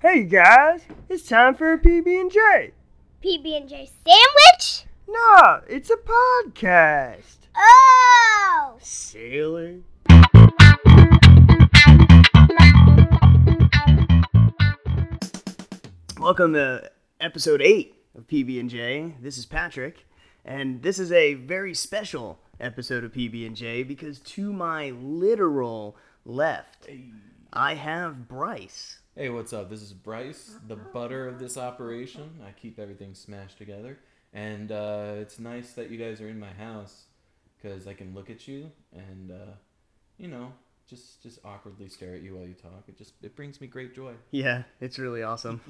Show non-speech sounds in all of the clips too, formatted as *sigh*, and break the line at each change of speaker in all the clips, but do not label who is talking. Hey guys, it's time for a PB and J.
PB and J sandwich.
No, it's a podcast.
Oh.
Silly. Welcome to episode eight of PB and J. This is Patrick, and this is a very special episode of PB and J because to my literal left, I have Bryce.
Hey, what's up? This is Bryce, the butter of this operation. I keep everything smashed together. And uh, it's nice that you guys are in my house because I can look at you and, uh, you know, just just awkwardly stare at you while you talk. It just it brings me great joy.
Yeah, it's really awesome.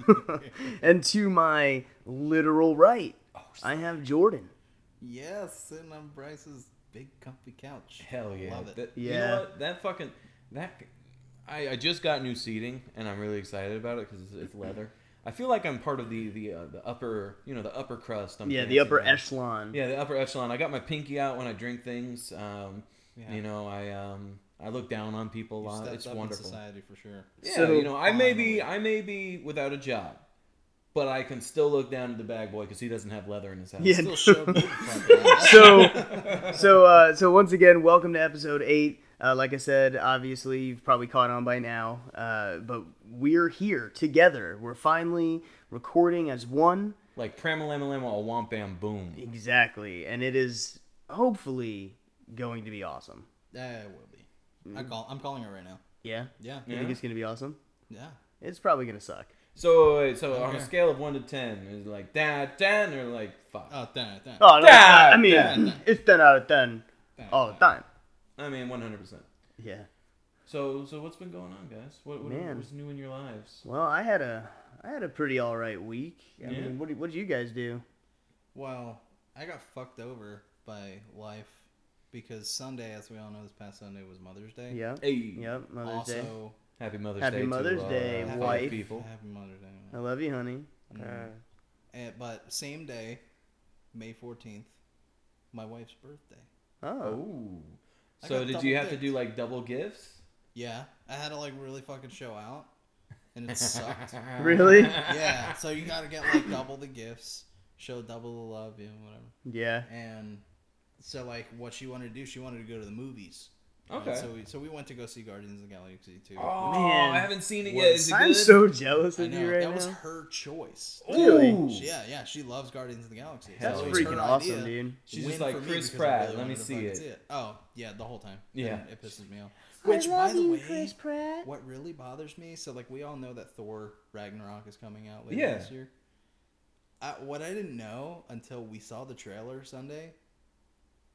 *laughs* and to my literal right, I have Jordan.
Yes, sitting on Bryce's big comfy couch.
Hell yeah.
Love it.
That- You
Yeah.
know what? That fucking that I, I just got new seating and I'm really excited about it because it's, it's leather. I feel like I'm part of the the uh, the upper you know the upper crust. I'm
Yeah, the
fancy
upper
now.
echelon.
Yeah, the upper echelon. I got my pinky out when I drink things. Um,
Yeah.
You know, I um, I look down on people a
You
lot.
stepped
It's
up
wonderful.
in society
*laughs*
for sure.
Yeah,
So-
you know, I may be I may be without a job, but I can still look down at the bag boy because he doesn't have leather in his house.
Yeah.
Still show me the
*laughs*
fucking ass.
so so uh, so once again welcome to episode 8 uh, like i said obviously you've probably caught on by now uh, but we're here together we're finally recording as one
*laughs* like pramalama a womp bam boom.
exactly and it is hopefully going to be awesome
Yeah, it will be. I call. I'm calling it right now.
yeah
Yeah.
you think
Yeah.
Mm. Yeah.
it's going to be awesome it's probably going to suck
So wait, so on a
Okay.
scale of one to ten, is it like dad ten or like five?
Oh, damn it. Damn it.
oh no, it's not. i mean
Damn.
it's 10 out of 10
Damn it,
all the
damn it.
time
I mean one hundred percent.
yeah
So so what's been going on, guys? What, what
Man.
what's new in your lives?
well i had a i had a pretty all right week i
Yeah.
mean what, did- what did you guys do
Well, I got fucked over by life because Sunday, as we all know, this past Sunday was Mother's Day.
yeah
Hey,
yep mother's
also,
day
happy Mother's
Happy
Day.
Mother's
to, uh,
Day,
all the
wife.
People.
Happy Mother's Day. man.
I love you, honey. Uh,
And, but same day, May 14th, my wife's birthday.
oh,
Oh.
I
So
got
did you
double
have to
dipped.
do like double gifts?
Yeah, I had to like really fucking show out,
*laughs*
and it sucked.
really?
yeah, so you gotta get like double the gifts, show double the love, you know, whatever.
Yeah.
And so like what she wanted to do, she wanted to go to the movies. And
Okay.
so we so we went to go see Guardians of the Galaxy too.
Oh,
Man.
I haven't seen it
What?
yet. Is it
I'm
good?
so jealous
I
of
know
you right
that
now.
was her choice.
Really?
Ooh.
She- yeah, yeah, she loves Guardians of the Galaxy.
That's
so it was
freaking
her
awesome,
idea.
dude.
She's just
Win
like,
for me
"Chris
because I
Pratt,
really
let me
wanted to
see
fucking
it.
Oh yeah, the whole time.
Yeah.
And it pisses me off. Which, by the way,
Pratt.
what really bothers me so like we all know that thor ragnarok is coming out later
Yeah.
this year I, what i didn't know until we saw the trailer sunday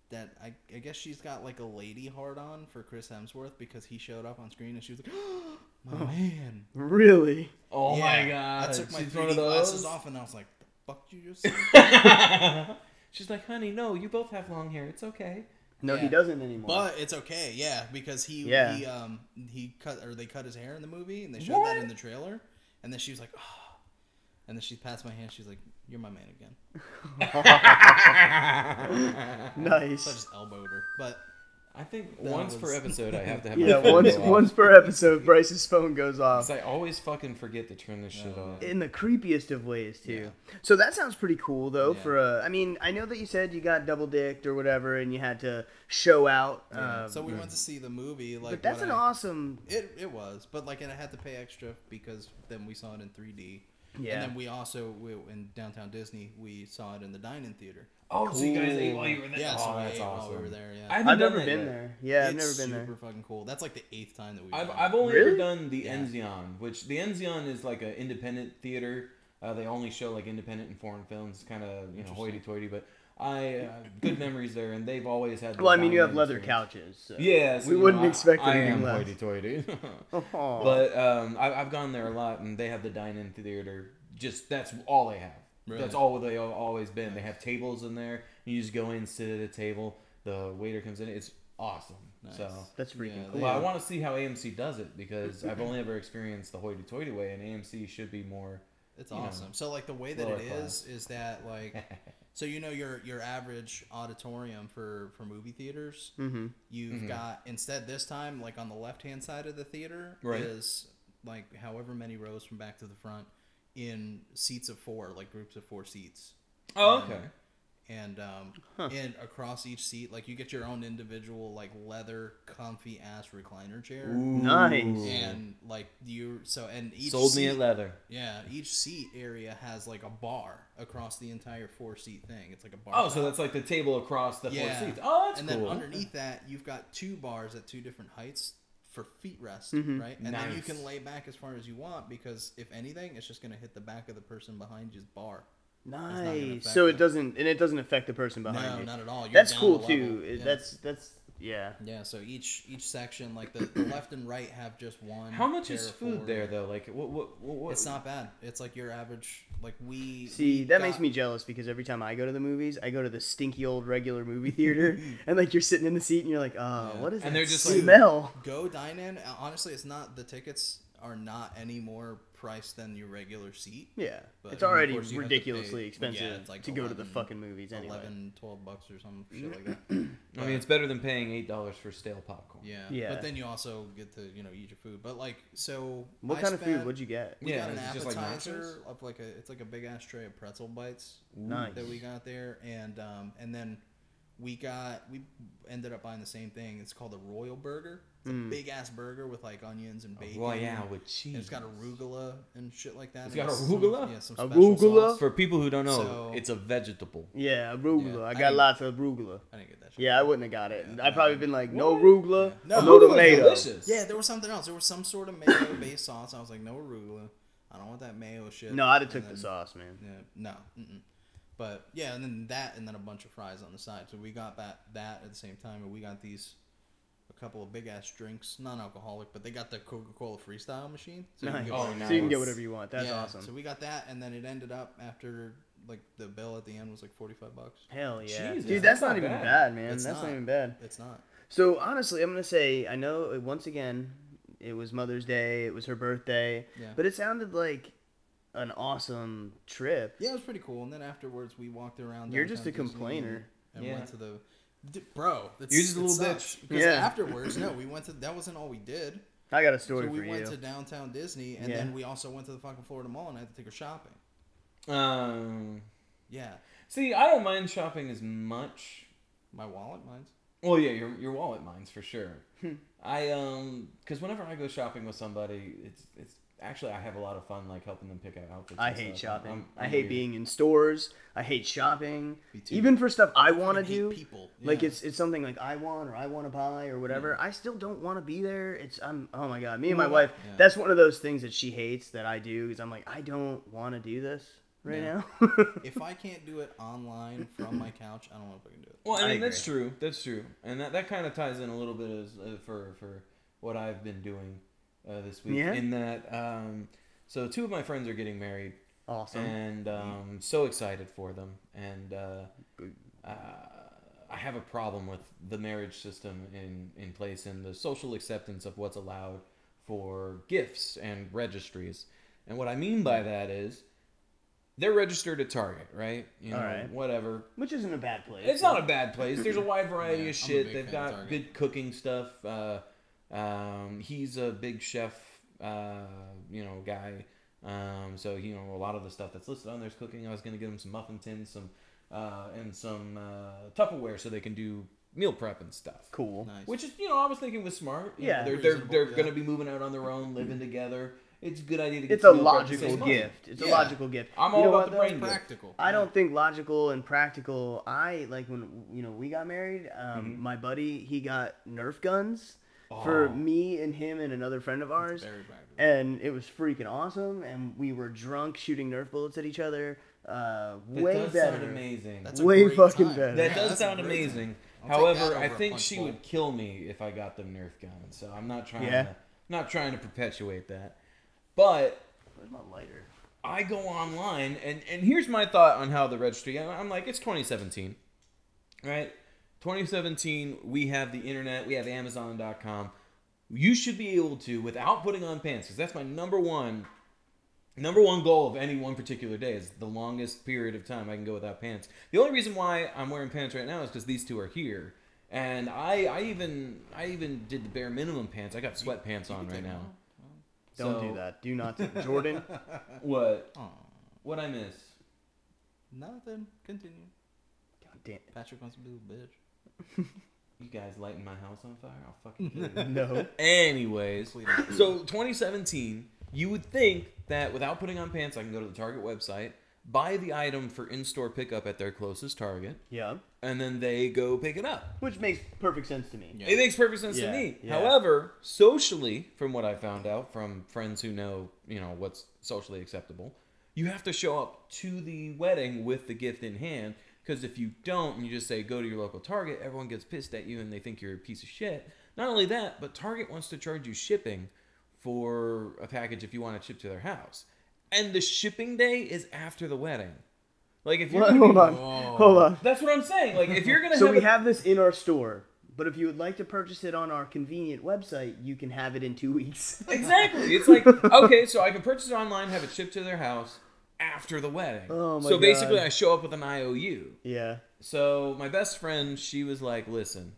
that I, I guess she's got like a lady hard on for chris hemsworth because he showed up on screen and she was like *gasps* my man
Really?
Oh
Yeah.
my god.
i took my
She's
3D
one of
glasses
those.
off and i was like the fuck you just say?"
*laughs* She's like, honey, no, you both have long hair.
*laughs*
It's okay. *laughs*
No, he
Yeah.
doesn't anymore.
but it's okay yeah because he
Yeah.
he um he cut or they cut his hair in the movie and they showed that in the trailer and then she was like oh and then she passed my hand she's like you're my man again So I
nice.
just elbowed her. But
I think
That
once per
was-
episode, I have to
*laughs*
have
*laughs*
Yeah,
my phone
once
go off.
once per episode, Bryce's phone goes
'Cause
off
I always fucking forget to turn this shit off.
in the creepiest of ways too. So that sounds pretty cool though.
Yeah.
For a, I mean, I know that you said you got double dicked or whatever, and you had to show out.
Um,
Uh,
so we went
hmm.
to see the movie. Like
but that's
what
an
I-
awesome.
It it was, but like, and I had to pay extra because then we saw it in 3D.
Yeah.
And then we also we, in downtown Disney we saw it in the dining theater.
Oh, so you guys
Cool.
ate while you were there?
Yeah, so
oh,
we
that's
ate
awesome.
while we were there. Yeah.
I haven't
I've
done
never
that
been
yet.
there. Yeah, I've
It's
never been there.
Super fucking cool. That's like the eighth time that we've.
I've,
done
I've
it.
only
Really?
ever done the
Yeah.
Enzion, which the Enzion is like an independent theater. Uh, they only show like independent and foreign films, kind of you know hoity-toity. But I uh, good memories there, and they've always had. the
Well, I mean, you
dining
have leather
experience.
couches. So. *laughs*
Yeah, so,
We
you
wouldn't
know, I-
expect
I,
anything
am
less.
hoity-toity. *laughs*
Aw.
but um, I, I've gone there a lot, and they have the dine-in theater. Just that's all they have.
Really?
That's all they have always been. They have tables in there. You just go in, sit at a table. The waiter comes in. It's awesome. So
That's freaking
Yeah,
cool.
they-
well, I want to see how AMC does it because I've only ever experienced the hoity-toity way, and AMC should be more.
*laughs* It's
you know,
awesome. so like the way that
lower
it is is that like
*laughs*
so you know your your average auditorium for for movie theaters
Mm-hmm.
Mm-hmm.
you've got instead this time like on the left hand side of the theater
Right.
is like however many rows from back to the front in seats of four, like groups of four seats.
Oh, okay.
and um, and across each seat, like you get your own individual like leather comfy ass recliner chair,
Nice.
and like you so and each
Sold me
seat,
at leather.
yeah, each seat area has like a bar across the entire four seat thing. It's like a bar.
Oh, so
top.
that's like the table across the
yeah.
four seats. Oh, that's
and
cool.
then underneath that, you've got two bars at two different heights for feet rest, right? And then you
Nice.
can lay back as far as you want because if anything, it's just gonna hit the back of the person behind you's bar. gonna
Nice.
affect
So it
them.
doesn't, and it doesn't affect the person behind
No,
you.
not at all. You're
That's
down
cool
a
too.
level.
It-
Yeah.
That's that's yeah.
Yeah, so each each section, like the, the left and right, have just one.
How much
pair
is
of
food
four.
there though? Like what? What? What? what
It's not bad. It's like your average. Like we
See,
we
that makes
got-
me jealous because every time I go to the movies, I go to the stinky old regular movie
*laughs*
theater, and like you're sitting in the seat and you're like, oh,
Yeah.
what is
And
that
they're just like-
smell?
go dine in. uh, Honestly, it's not the tickets are not any more priced than your regular seat.
*laughs* yeah,
But,
it's
I mean, of
already
course you have to
ridiculously
pay-
expensive
yeah, it's like
to go to the
11
fucking movies anyway.
Eleven, twelve 11, 12 bucks or some shit like that.
I mean, it's better than paying eight dollars for stale popcorn.
Yeah.
Yeah.
But then you also get to you know eat your food. But like so,
What
I
kind of food
spent-
would you get?
We
Yeah,
got an
is it just like
appetizer of like a it's like a big ass tray of pretzel bites
Nice.
that we got there, and um, and then we got we ended up buying the same thing. It's called the Royal Burger. It's a big ass burger with like onions and bacon.
Royale Oh, with
And
cheese.
it's got arugula and shit like that.
It's
and
got
some-
arugula?
yeah, some special
Arugula?
sauce.
For people who don't know,
So-
it's a vegetable.
Yeah, arugula.
Yeah,
I
I
got
mean-
lots of arugula.
I didn't get that. Shit.
Yeah, I wouldn't have got it.
Yeah,
I'd probably
no.
been like, no arugula,
No,
no,
arugula,
tomato.
delicious.
Yeah, there was something else. There was some sort of mayo based sauce. I was like, no arugula. I don't want that mayo shit.
No, I'd have
And
took the
then-
sauce, man.
Yeah, no. Mm-mm. But yeah, and then that, and then a bunch of fries on the side. So we got that that at the same time, and we got these a couple of big ass drinks, non-alcoholic, but they got the Coca-Cola Freestyle machine. So
Nice.
Oh,
whatever-
nice.
So you can get whatever you want. That's
Yeah,
awesome.
So we got that, and then it ended up after like the bill at the end was like forty-five bucks.
Hell yeah,
Jesus,
dude.
that's
That's, not,
not
even
bad.
bad, man.
It's
that's not.
not.
even bad.
It's not.
So honestly, I'm gonna say I know uh, once again it was Mother's Day, it was her birthday,
Yeah.
but it sounded like an awesome trip.
Yeah, it was pretty cool. And then afterwards, we walked around.
You're just
downtown
a
Disneyland
complainer.
And
Yeah.
went to the, D- bro. That's,
You're just a
it
little
sucks.
bitch.
Because
Yeah.
afterwards, no, we went to. That wasn't all we did.
I got a story
so we
for
went
you.
to downtown Disney, and
Yeah.
then we also went to the fucking Florida Mall, and I had to take her shopping.
Um,
Yeah,
see, I don't mind shopping as much.
my wallet, mine's.
Well, yeah, your your wallet mines for sure.
Hmm.
I um, because whenever I go shopping with somebody, it's it's actually I have a lot of fun like helping them pick out outfits.
I
and
hate
stuff.
shopping.
I'm-
I
I'm
hate
weird.
being in stores. I hate shopping.
Me too.
Even for stuff I want to
fucking hate
do.
people.
Like
Yeah.
it's it's something like I want or I want to buy or whatever. I still don't want to be there. It's I'm oh my god. Me and my wife.
Yeah.
That's one of those things that she hates that I do because I'm like I don't want to do this right
Yeah.
now. *laughs*
If I can't do it online from my couch, I don't know if I can do it.
Well, I
I
mean that's true. That's true, and that, that kind of ties in a little bit as uh, for for what I've been doing uh, this week.
Yeah?
In that, um, so two of my friends are getting married,
awesome.
and um, so excited for them. And uh, uh, I have a problem with the marriage system in in place and the social acceptance of what's allowed for gifts and registries. And what I mean by that is, they're registered at Target, right? You know,
All right.
whatever.
Which isn't a bad place.
It's not a bad place. There's a wide variety
Yeah, I'm a
of shit.
big
They've
fan of
got
Target.
good cooking stuff. Uh, um, he's a big chef, uh, you know, guy. Um, so you know, a lot of the stuff that's listed on there's cooking. I was gonna give him some muffin tins, some uh, and some uh, Tupperware, so they can do meal prep and stuff.
cool.
Nice.
Which is, you know, I was thinking was smart. You
Yeah.
know, they're they're,
Reasonable,
they're
yeah.
gonna be moving out on their own, living together. It's a good idea to get.
It's a
some meal prep and
logical
save money.
gift. It's a
Yeah.
logical gift.
I'm
You
all
know
about
what,
the
though?
brain gift.
practical.
I don't think logical and practical. I like when you know we got married. Um,
Mm-hmm.
My buddy he got Nerf guns for
Aw.
me and him and another friend of ours,
Oh. Very practical.
and it was freaking awesome. And we were drunk shooting Nerf bullets at each other. Uh,
That
way
does
better.
sound amazing.
a
way
great
fucking
time.
better.
That
Yeah,
does
that's a
sound
great time.
amazing.
I'll take
However,
that
I
over a
think
punch
she
bowl.
would kill me if I got them Nerf guns. So I'm not trying.
Yeah.
To, not trying to perpetuate that. But
Where's my lighter?
I go online, and and here's my thought on how the registry. I- I'm like, it's 2017, right? 2017. We have the internet. We have Amazon.com. You should be able to, without putting on pants, because that's my number one number one goal of any one particular day is the longest period of time I can go without pants. The only reason why I'm wearing pants right now is because these two are here, and I I even I even did the bare minimum pants. I got sweatpants on right now.
Don't
So-
do that. Do not do
*laughs*
Jordan.
What?
Aw,
What I miss?
nothing. Continue.
God damn it.
Patrick wants to be a little
You guys lighting my house on fire? I'll fucking
*laughs*
kill you.
No.
Anyways,
Please don't.
so 2017, you would think that without putting on pants, I can go to the Target website, buy the item for in-store pickup at their closest Target,
Yeah.
and then they go pick it up.
Which makes perfect sense to me.
Yeah.
It makes perfect sense
Yeah,
to me.
yeah.
However, socially, from what I found out from friends who know, you know, what's socially acceptable, you have to show up to the wedding with the gift in hand. Because if you don't, and you just say go to your local Target, everyone gets pissed at you and they think you're a piece of shit. Not only that, but Target wants to charge you shipping for a package if you want to ship to their house, and the shipping day is after the wedding. Like if you're,
Well, *laughs* hold on.
Oh.
Whoa.
Hold on.
that's what I'm saying. Like if you're gonna
So
have
we
a-
have this in our store, but if you would like to purchase it on our convenient website, you can have it in two weeks. *laughs*
Exactly. It's like okay, so I can purchase it online, have it shipped to their house after the wedding.
Oh my
so basically,
God.
I show up with an IOU.
yeah.
So my best friend, she was like, "Listen,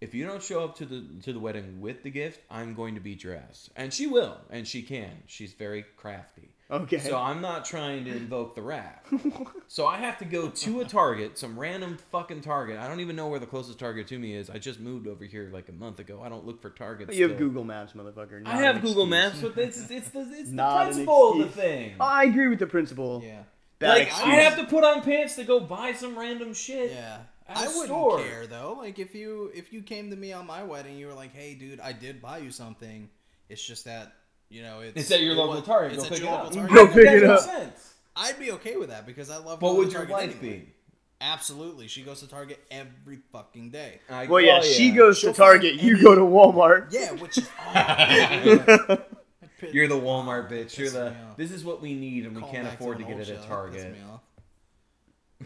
if you don't show up to the to the wedding with the gift, I'm going to beat your ass." And she will, and she can. She's very crafty.
Okay.
So I'm not trying to invoke the
*laughs*
wrath. so I have to go to a Target, some random fucking Target. I don't even know where the closest Target to me is. I just moved over here like a month ago. I don't look for Targets.
you have
still.
Google Maps, motherfucker.
I
not
have
an
Google
excuse.
Maps, but it's it's the it's the
Not an
principle of the
excuse.
thing.
Oh, I agree with the principle.
Yeah.
Bad
Like I
excuse.
have to put on pants to go buy some random shit.
Yeah.
At
I
a
wouldn't
store.
care though. Like if you if you came to me on my wedding, you were like, "Hey, dude, I did buy you something. It's just that you know it's,
It's at your
it
local
was-
Target.
It's
Go
at
pick it
your
up.
local
Go
Target.
That
pick
makes
it
no
up.
sense.
*laughs* I'd be okay with that because I
What
love. going
would
to
your
Target
wife
anyway.
be?
Absolutely, she goes to Target every fucking
*laughs*
day.
I-
Well, yeah, she goes
She'll
to Target,
find
you
any-
go to Walmart.
Yeah, which
*laughs*
is awful.
*laughs*
You're the Walmart bitch. You're
Pisses
the.
me off.
This is what we need, and we
Call
can't
back
afford to
an
get
old
it
show.
at
That pissed
Target.
me off.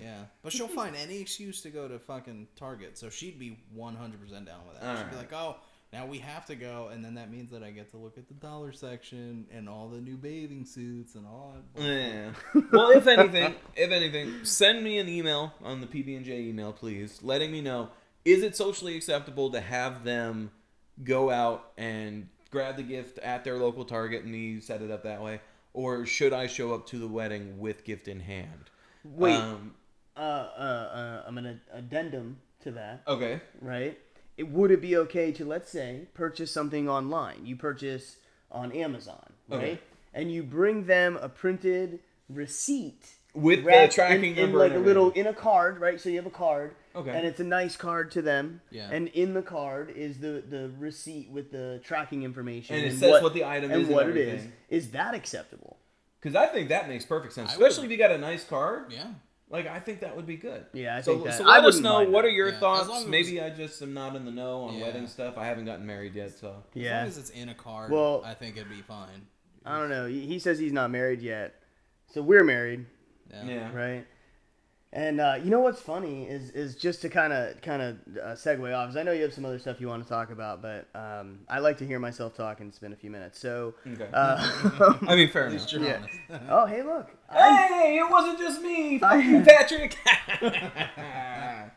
Yeah, but she'll find any excuse to go to fucking Target, so she'd be 100% down with that. She'd be
Alright.
like, oh, now we have to go, and then that means that I get to look at the dollar section and all the new bathing suits and all that.
Yeah. Well, if anything, if anything, send me an email on the PB and J email, please, letting me know is it socially acceptable to have them go out and grab the gift at their local Target and me set it up that way, or should I show up to the wedding with gift in hand?
Wait,
Um,
uh, uh, uh, I'm an addendum to that,
okay.
right? It, would it be okay to, let's say, purchase something online? You purchase on Amazon, right?
Okay.
And you bring them a printed receipt
With the
wrapped
tracking
in, in
number,
like a
and
little
everything.
in a card, right? So you have a card,
Okay.
and it's a nice card to them.
Yeah.
And in the card is the the receipt with the tracking information
And it says what the item
and
is and
what it is.
everything.
Is that acceptable?
Because I think that makes perfect sense,
I would-
especially if you got a nice card.
Yeah.
Like I think that would be good.
Yeah, I
so,
think that-
So
I
let us
wouldn't
know
mind
what
that.
are your
Yeah, as long as
thoughts.
it
Maybe I just am not in the know on
Yeah.
wedding stuff. I haven't gotten married yet, so
As
Yeah.
long as it's in a card,
Well-
I think it'd be fine.
I don't know. He he says he's not married yet, so we're married,
Yeah.
yeah.
right? And uh, you know what's funny is is just to kind of kind of uh, segue off. Cause I know you have some other stuff you want to talk about, but um, I like to hear myself talk and spend a few minutes. So,
Okay.
uh,
*laughs*
*laughs*
I mean, fair
At least
enough.
you're
Yeah.
honest.
oh hey, look, I
Hey, it wasn't just me,
I-
Fuck you,
*laughs*
Patrick.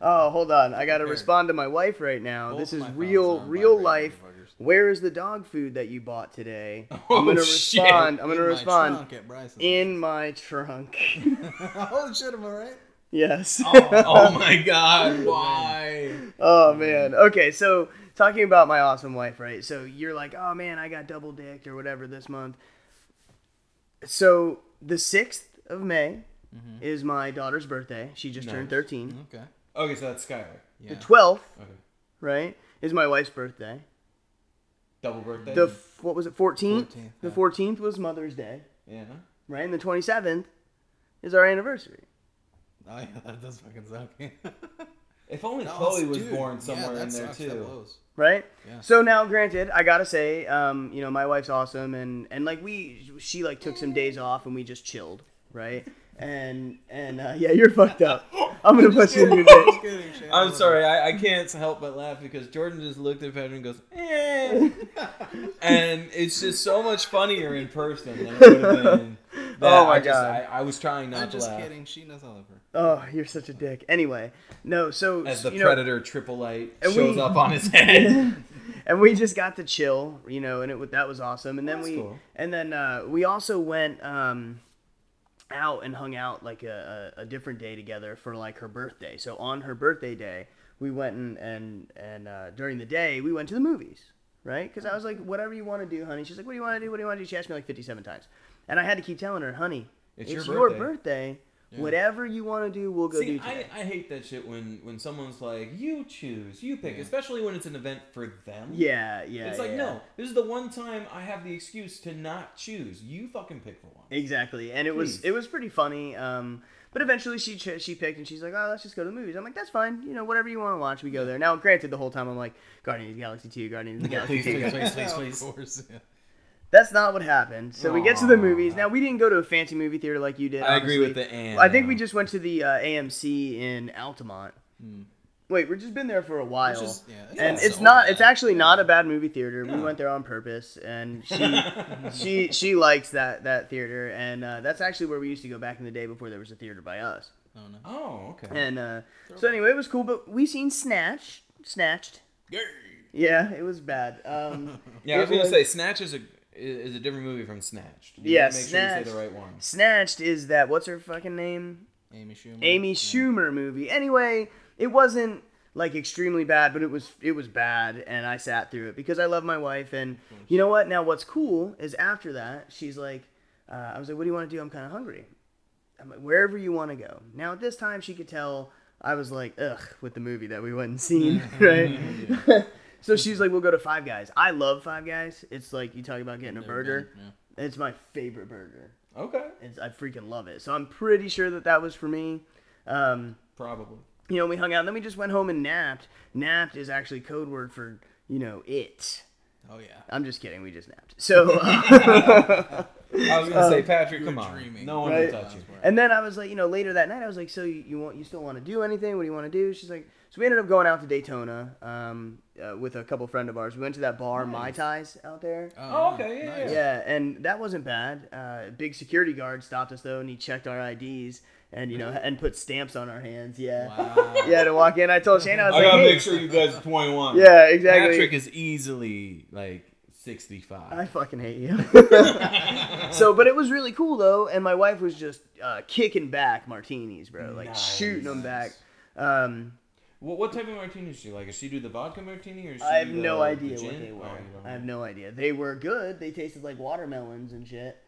Oh, hold on. I got to
Here.
respond to my wife right now.
Both
this is
my phones are
real
on
real
vibrate,
life.
motherfuckers.
Where is the dog food that you bought
*laughs*
today?
Oh,
I'm going to
shit.
respond. I'm going
In
to
my
respond
trunk at Bryson's.
in my trunk.
*laughs*
*laughs*
Holy shit, am I right?
yes.
oh my
*laughs*
God! Why?
Oh man. Okay, so talking about my awesome wife, right? So you're like, "Oh man, I got double dicked or whatever this month." So the 6th of May is my daughter's birthday. She just turned
Nice.
13.
Okay.
Okay, so that's Skylar.
Yeah.
The 12th,
Okay.
right, is my wife's birthday.
Double birthday.
the f- what was it 14th,
14th,
the
yeah.
14th was mother's day
yeah.
right and the 27th is our anniversary
Oh, yeah, that does fucking suck. *laughs*
If only
No,
Chloe was
dude,
born
yeah,
somewhere in
that
there
sucks, that
too.
blows.
right
Yeah.
so now granted i gotta say um, you know my wife's awesome and and like we she like took some days off and we just chilled right and and uh, yeah you're fucked up i'm gonna put you in your
*laughs*
dick
Just kidding, Shane.
I'm sorry, I, I can't help but laugh because Jordan just looked at Patrick and goes, *laughs* eh. and it's just so much funnier in person *laughs* than it would have been. that
Oh my
I just-
God.
I, I was trying not
I'm
to
just
laugh.
kidding. She knows I love her.
oh you're such a dick anyway no so
As the
you know,
predator triple light
And
shows
we-
up on his head.
and we just got to chill, you know, and it wa- that was awesome. And then
Oh, That's
we
cool.
and then uh, we also went um, out and hung out like a, a, a different day together for like her birthday. So on her birthday day, we went and and and uh, during the day we went to the movies, right? Because I was like, whatever you want to do, honey. She's like, what do you want to do? What do you want to do? She asked me like fifty-seven times, and I had to keep telling her, honey,
It's
it's,
your
your
birthday."
birthday. Whatever you want to do, we'll *laughs*
*laughs*
go do
See,
today.
I, I hate that shit when when someone's like, you choose, you pick, especially when it's an event for them.
yeah, yeah.
It's like,
yeah.
no, this is the one time I have the excuse to not choose. You fucking pick for one.
Exactly, and it was
Please.
it was pretty funny. Um, but eventually she ch- she picked, and she's like, "Oh, let's just go to the movies." I'm like, "That's fine. You know, whatever you want to watch, we go there." Now, granted, the whole time I'm like, "Guardians of the Galaxy Two, Guardians of the Galaxy 2.
please,
Of course, yeah.
That's not what happened. So we get to the
Aw.
movies. Now we didn't go to a fancy movie theater like you did.
I agree
obviously.
with the and.
I think we
now.
just went to the uh, AMC in Altamont.
Hmm.
Wait, we've just been there for a while.
It's just- yeah, it's
and
not
it's
so
not
bad.
it's actually not a bad movie theater we
No.
went there on purpose and
*laughs*
she *laughs* she she likes that that theater and uh, that's actually where we used to go back in the day before there was a theater by us
Oh, no.
Oh, okay.
and uh, so anyway it was cool but we seen snatched snatched yeah it was bad um,
Yeah, I was
It
gonna
was-
say Snatch is a is a different movie from Snatched. You
Yeah,
gotta make sure you say
Snatched.
the right one.
snatched is that what's her fucking name
Amy Schumer.
amy schumer movie anyway it wasn't like extremely bad but it was it was bad and i sat through it because i love my wife and you know what now what's cool is after that she's like uh, i was like what do you want to do i'm kind of hungry i'm like wherever you want to go now at this time she could tell i was like ugh with the movie that we went and seen *laughs* right *laughs* so she's like we'll go to five guys i love five guys it's like you talk about getting a burger
been,
it's my favorite burger
Okay,
it's, i freaking love it so i'm pretty sure that that was for me um,
probably.
you know, we hung out, and then we just went home and napped. Napped is actually code word for, you know, it.
Oh yeah.
I'm just kidding, we just napped. So, uh, *laughs*
I was gonna say Patrick,
were
come on,
dreaming.
no one
Um, Right.
will touch you.
and then I was like, you know, later that night, I was like, so you, you want, you still want to do anything? What do you want to do? She's like, so we ended up going out to Daytona um, uh, with a couple friend of ours. We went to that bar, Mai Tais, out there.
Oh, okay, yeah,
nice.
Yeah, and that wasn't bad. Uh, big security guard stopped us though, and he checked our IDs and you know and put stamps on our hands. Yeah, *laughs*
Wow.
yeah. To walk in, I told Shane, I was like, hey.
sure you guys are 21.
yeah, exactly.
Patrick is easily like 65.
I fucking hate you. *laughs* so, but it was really cool though, and my wife was just uh, kicking back martinis, bro, like
Nice.
shooting them back. Um,
What, what type of martini does she like? Does she do the vodka martini or? Does she
I have
do the-
no
the
idea what
gin?
they were.
Oh, you don't
I have
know.
no idea. They were good. They tasted like watermelons and shit.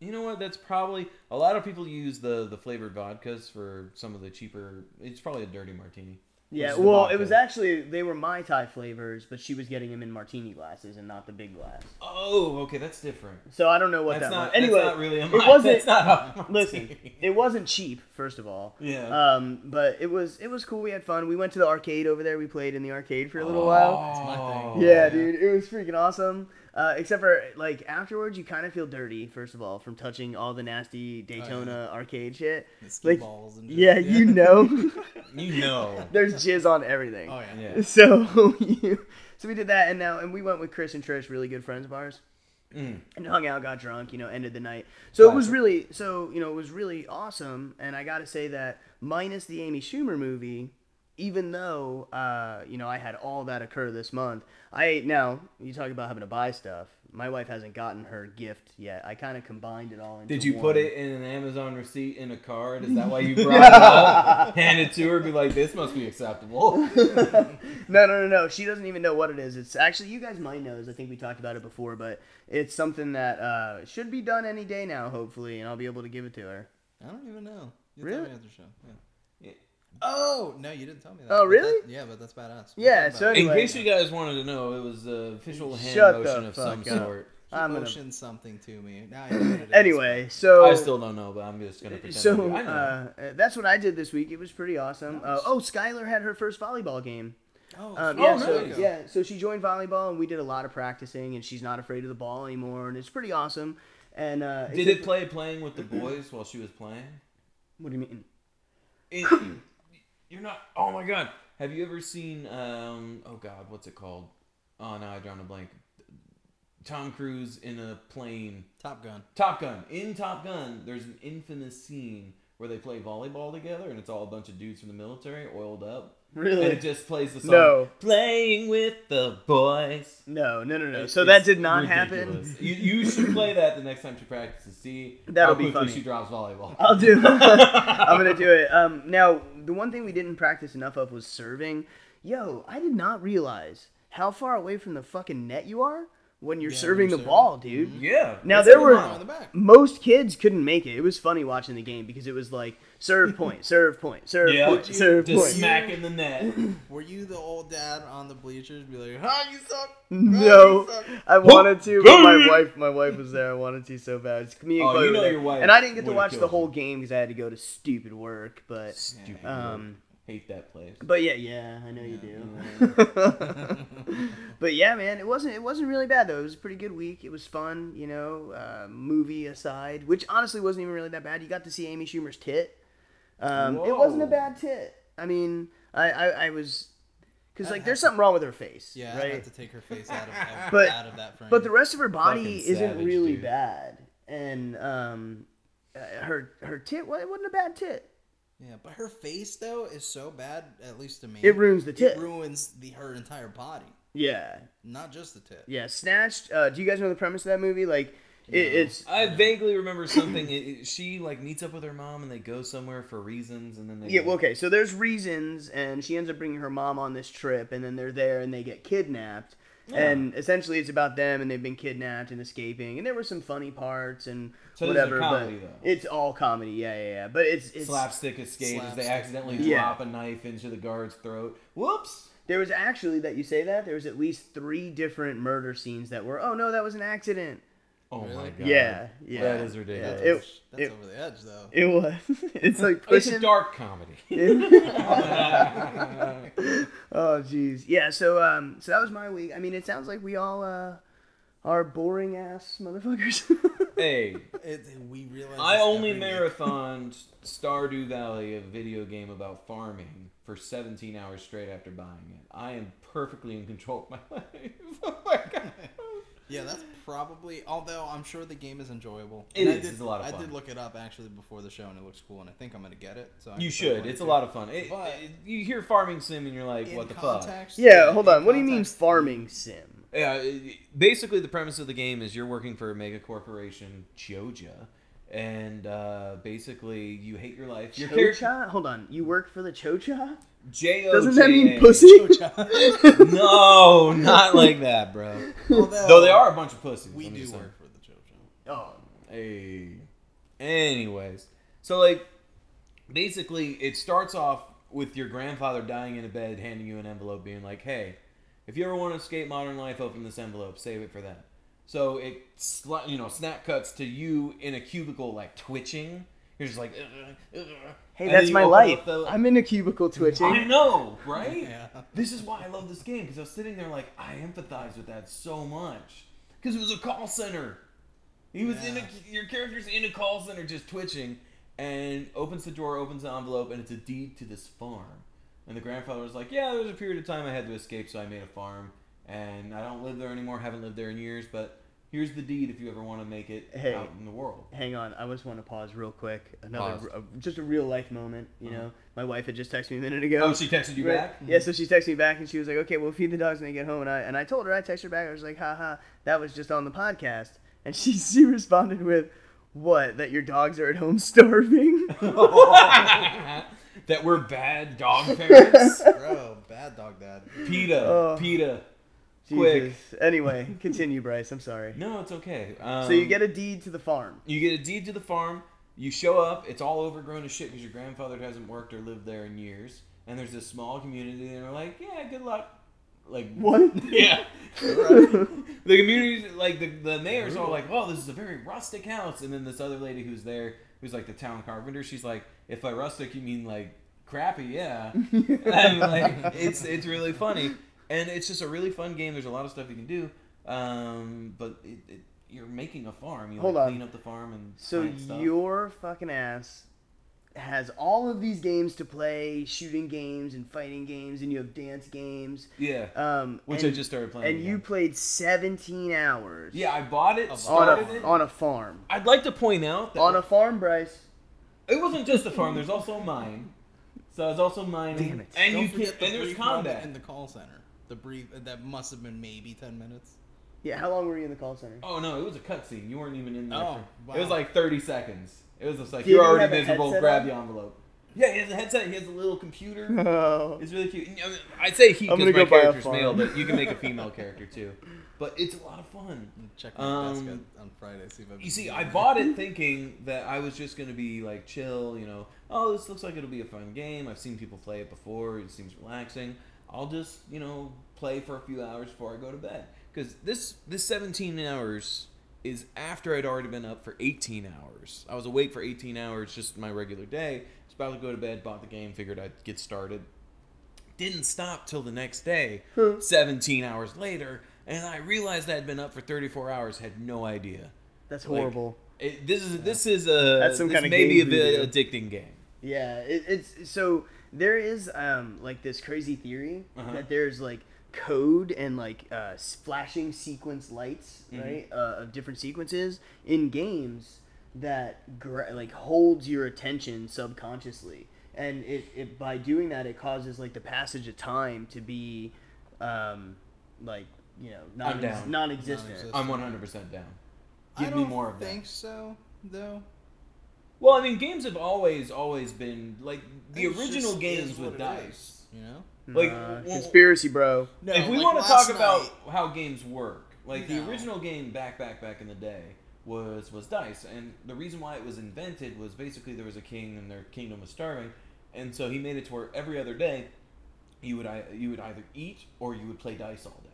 You know what? That's probably a lot of people use the the flavored vodkas for some of the cheaper. It's probably a dirty martini.
Yeah,
is the
well,
vodka.
it was actually they were mai tai flavors, but she was getting them in martini glasses and not the big glass.
Oh, okay, that's different.
So I don't know what
That's
that
not
was. Anyway,
That's not really a
it wasn't.
*laughs* That's not a
Listen, it wasn't cheap, first of all.
Yeah.
Um, but it was it was cool. We had fun. We went to the arcade over there. We played in the arcade for a
Oh,
little while.
Oh, my thing.
Yeah, dude, it was freaking awesome. Uh, except for like afterwards, you kind of feel dirty, first of all, from touching all the nasty Daytona arcade shit.
The ski
Like,
balls and
yeah,
shit.
you know,
You know.
*laughs* there's jizz on everything.
*laughs* Oh yeah.
Yeah.
So *laughs* you, so we did that, and now and we went with Chris and Trish, really good friends of ours,
Mm.
and hung out, got drunk, you know, ended the night. So it was
Classic.
really, so you know, it was really awesome. And I got to say that minus the Amy Schumer movie, even though uh, you know I had all that occur this month, I now you talk about having to buy stuff. My wife hasn't gotten her gift yet. I kind of combined it all. Into
Did you
one.
put it in an Amazon receipt in a card? Is that why you brought it *laughs* up? Hand it to her, be like, this must
*laughs*
be acceptable.
No, no, no, no. She doesn't even know what it is. It's actually you guys might know. 'cause I think we talked about it before, but it's something that uh, should be done any day now, hopefully, and I'll be able to give it to her.
I don't even know. You
Really?
Tell me after the show. Yeah. Oh no, you didn't tell me that.
Oh,
But
really?
that- yeah, but that's badass. We'll
Yeah,
talk
so
about it.
In
Anyway.
case you guys wanted to know, it was the official hand
Shut the
motion of some
fuck up.
sort.
I'm gonna-
motion something to me. Now
*clears throat*
I know what it is.
Anyway, so
I still don't know, but I'm just gonna pretend. I
so
do. I know.
uh, uh, that's what I did this week. It was pretty awesome. Uh, oh, Skylar had her first volleyball game.
Oh,
Um,
fuck,
yeah,
there
so,
you go.
yeah, so she joined volleyball, and we did a lot of practicing, and she's not afraid of the ball anymore, and it's pretty awesome. And uh,
Did
except-
it play playing with the boys while she was playing?
What do you mean? *laughs*
It- you're not. Oh my god. Have you ever seen? Um, oh god, what's it called? Oh no, I drawn a blank. Tom Cruise in a plane
Top Gun.
Top Gun. In Top Gun, there's an infamous scene where they play volleyball together, and it's all a bunch of dudes from the military oiled up.
Really?
And it just plays the song.
No.
Playing with the boys.
No, no, no, no.
It's-
So that
it's
did not
ridiculous.
happen.
You, you should play that the next time she practices. See
That'll
how
be
quickly
funny.
she drops volleyball.
I'll do. *laughs* I'm gonna do it. Um, now the one thing we didn't practice enough of was serving. Yo, I did not realize how far away from the fucking net you are when you're
Yeah,
serving
you're
the
serving.
ball, dude.
yeah.
Now
that's
there
the
were
mile in the back.
most kids couldn't make it. It was funny watching the game because it was like serve point, serve point, serve
Yeah.
point, serve
Just
point.
smack in the
*clears throat*
net.
Were you the old dad on the bleachers? Be like, "Ah, you suck." Ah,
No,
you suck."
I wanted to, but my
Go!
wife, my wife was there. I wanted to so bad. It's me and
Oh,
Chloe
you
were
know
there.
your wife
and I didn't get to
would've
watch the
killed
whole
you.
game because I had to go to stupid work. But
Stupid.
um,
Hate that place.
But yeah, yeah, I know you do. *laughs* but yeah, man, it wasn't it wasn't really bad though. It was a pretty good week. It was fun, you know. Uh, movie aside, which honestly wasn't even really that bad. You got to see Amy Schumer's tit. Um, it wasn't a
Whoa.
bad tit. I mean, I I, I was because like there's something wrong with her face,
Yeah, I'd
right?
have to take her face out
*laughs*
of ev-
But-
out of that frame.
But the rest of her body
Fucking
isn't
savage,
really
dude.
bad, and um, uh, her her tit wa- it wasn't a bad tit.
yeah, but her face though is so bad, at least to me.
It ruins the tit.
It ruins the her entire body,
yeah,
not just the tip.
yeah. Snatched. Uh, do you guys know the premise of that movie? Like. It, it's
I vaguely remember something. It- it- she like meets up with her mom and they go somewhere for reasons, and then they
Yeah, well, okay, so there's reasons, and she ends up bringing her mom on this trip, and then they're there and they get kidnapped. And essentially, it's about them, and they've been kidnapped and escaping. And there were some funny parts and
So this is a
whatever,
comedy,
but
though.
it's all comedy. Yeah, yeah, yeah. But it's, it's
slapstick escape as they
Slapstick.
accidentally
Yeah.
drop a knife into the guard's throat. Whoops!
there was actually that you say that there was at least three different murder scenes that were oh no that was an accident.
Oh my
Really?
god!
Yeah, yeah,
that is
yeah,
ridiculous.
it-
That's
it-
over the edge though.
it was. *laughs* it's like
it's a
pushing.
dark comedy.
*laughs* Oh jeez, yeah. So um, so that was my week. I mean, it sounds like we all uh are boring ass motherfuckers.
*laughs*
*laughs*
hey,
It, we realize
I
this
only
every week.
marathoned Stardew Valley, a video game about farming, for 17 hours straight after buying it. I am perfectly in control of my *laughs* life. oh my god!
Yeah, that's probably. Although I'm sure the game is enjoyable.
It
And
is,
I did,
it's a lot of
I did
fun.
look it up actually before the show, and it looks cool, and I think I'm gonna get it. So I
You
can
should.
play
It's
it
a
too.
lot of fun. It,
But-
it- you hear farming sim and you're like,
In
what the fuck?
context,
Yeah, hold
in
on. What do you mean
context- *laughs*
farming sim?
Yeah, it- basically the premise of the game is you're working for a mega corporation, Choja, and uh, basically you hate your life. Your character
Chocha? Hold on. You work for the Chocha?
J O.
Doesn't that mean
*laughs*
pussy?
No, not like that,
*laughs*
bro.
Although,
Though they are a bunch of pussies.
We
I'm
do
just saying.
work for the JoJo.
Oh,
Hey. Anyways, so like, basically, it starts off with your grandfather dying in a bed, handing you an envelope, being like, "Hey, if you ever want to escape modern life, open this envelope. Save it for that." So it, sli- you know, snap cuts to you in a cubicle, like twitching. You're just like, "Ugh, ugh."
hey,
And then
that's
you
my
open
life.
up the-
I'm in a cubicle
*laughs* I
twitching.
know, right?
Yeah.
This is why I love this game because I was sitting there like I empathize with that so much because it was a call center. He was in a,
Yeah.
your character's in a call center just twitching, and opens the door, opens the envelope, and it's a deed to this farm. And the grandfather was like, "Yeah, there was a period of time I had to escape, so I made a farm, and I don't live there anymore. Haven't lived there in years, but here's the deed if you ever want to make it
Hey.
out in the world."
Hang on. I just want to pause real quick. Another,
Pause. Uh-huh.
a- just a real life moment. You know, my wife had just texted me a minute ago.
Oh, she texted you
Right.
back. *laughs*
Yeah, so she texted me back and she was like, "Okay, we'll feed the dogs when they get home." And I and I told her I texted her back. I was like, "Haha, that was just on the podcast." And she *laughs* she responded with, "What? That your dogs are at home *laughs*
*laughs*
starving?"
that we're bad dog *laughs* parents.
Bro, bad dog dad.
PETA.
Oh.
PETA. Quick.
Jesus. Anyway, continue, Bryce. I'm
*laughs*
sorry.
No, it's okay. Um,
So you get a deed to the
*laughs*
farm.
you get a deed to the farm. You show up. It's all overgrown as shit because your grandfather hasn't worked or lived there in years. And there's this small community, and they're like, "Yeah, good luck." Like
What?
*laughs* Yeah.
Right.
the community, like the, the mayor's all like, "Oh, this is a very rustic house," and then this other lady who's there, who's like the town carpenter, she's like, "If by rustic you mean like crappy, yeah."
*laughs*
I'm like, it's it's really funny, and it's just a really fun game. There's a lot of stuff you can do, um, but it, it, you're making a farm. You
Hold
like,
on.
clean up the farm and
So
plant stuff.
your fucking ass has all of these games to play, shooting games and fighting games, and you have dance games.
yeah,
Um,
which
and,
I just started playing.
and you
again.
played 17 hours.
yeah, I bought it,
On a-
On
started
a
it.
on a farm.
I'd like to point out that
On a farm, Bryce.
It wasn't just a farm. There's also mine. So it's also mining.
Damn it.
And
Don't
you
forget
can,
the
and there's
brief moment
combat.
in the call center. The brief that must have been maybe ten minutes.
Yeah, how long were you in the call center?
Oh no, it was a cutscene. You weren't even in there.
Oh,
for- It was
wow.
like 30 seconds. It was just like
Did
you're
he have
already
a
miserable.
headset
Grab
on?
the envelope. Yeah, he has a headset. He has a
*laughs*
little computer.
Oh.
It's really cute. And, I mean, I'd say he
I'm
because my
gonna go buy a
character's
farm.
male, but you
*laughs*
can make a female character too. But it's a lot of fun.
Check my desk
Um,
at- on Friday. See if I've
You
been
see,
doing
I
that.
bought it thinking that I was just gonna be like chill, you know. Oh, this looks like it'll be a fun game. I've seen people play it before. It seems relaxing. I'll just, you know, play for a few hours before I go to bed. Because this this 17 hours is after I'd already been up for 18 hours. I was awake for 18 hours, just my regular day. Was about to go to bed, bought the game, figured I'd get started. Didn't stop till the next day, 17 hours later, and I realized I'd been up for 34 hours. Had no idea.
That's
Like,
horrible.
It, this is this is a
That's some
this
kinda
may be a
game
bit
voodoo.
addicting game.
Yeah, it, it's so there is um like this crazy theory
Uh-huh.
that there's like code and like uh, s- flashing sequence lights,
Mm-hmm.
right, uh, of different sequences in games that gra- like holds your attention subconsciously, and it, it by doing that it causes like the passage of time to be, um, like you know non
down.
non-existent.
Non-existent.
I'm 100 percent down.
I
Give me
don't
more of that.
think so, though.
Well, I mean, games have always always been like the
It's just-
original
it
games
is what
with
it
dice.
is, You know.
Like,
Nah,
well-
conspiracy, bro.
No,
if we
like
want to
last
talk
night-
about how games work, like
No.
the original game back back back in the day was was dice, and the reason why it was invented was basically there was a king and their kingdom was starving, and so he made it to where every other day, you would ei- you would either eat or you would play dice all day.